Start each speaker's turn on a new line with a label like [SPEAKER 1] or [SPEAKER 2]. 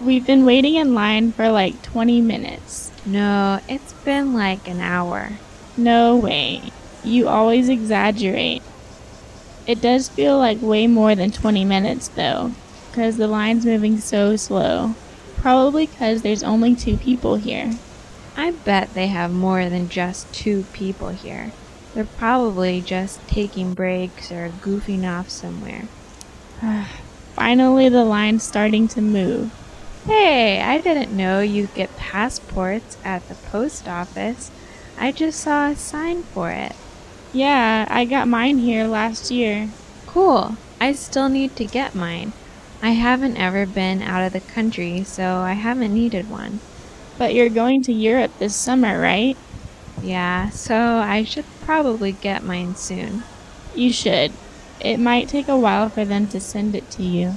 [SPEAKER 1] We've been waiting in line for like 20 minutes.
[SPEAKER 2] No, it's been like an hour.
[SPEAKER 1] No way. You always exaggerate. It does feel like way more than 20 minutes though, because the line's moving so slow. Probably because there's only two people here.
[SPEAKER 2] I bet they have more than just two people here. They're probably just taking breaks or goofing off somewhere.
[SPEAKER 1] Finally, the line's starting to move.
[SPEAKER 2] Hey, I didn't know you get passports at the post office. I just saw a sign for it.
[SPEAKER 1] Yeah, I got mine here last year.
[SPEAKER 2] Cool. I still need to get mine. I haven't ever been out of the country, so I haven't needed one.
[SPEAKER 1] But you're going to Europe this summer, right?
[SPEAKER 2] Yeah, so I should probably get mine soon.
[SPEAKER 1] You should. It might take a while for them to send it to you.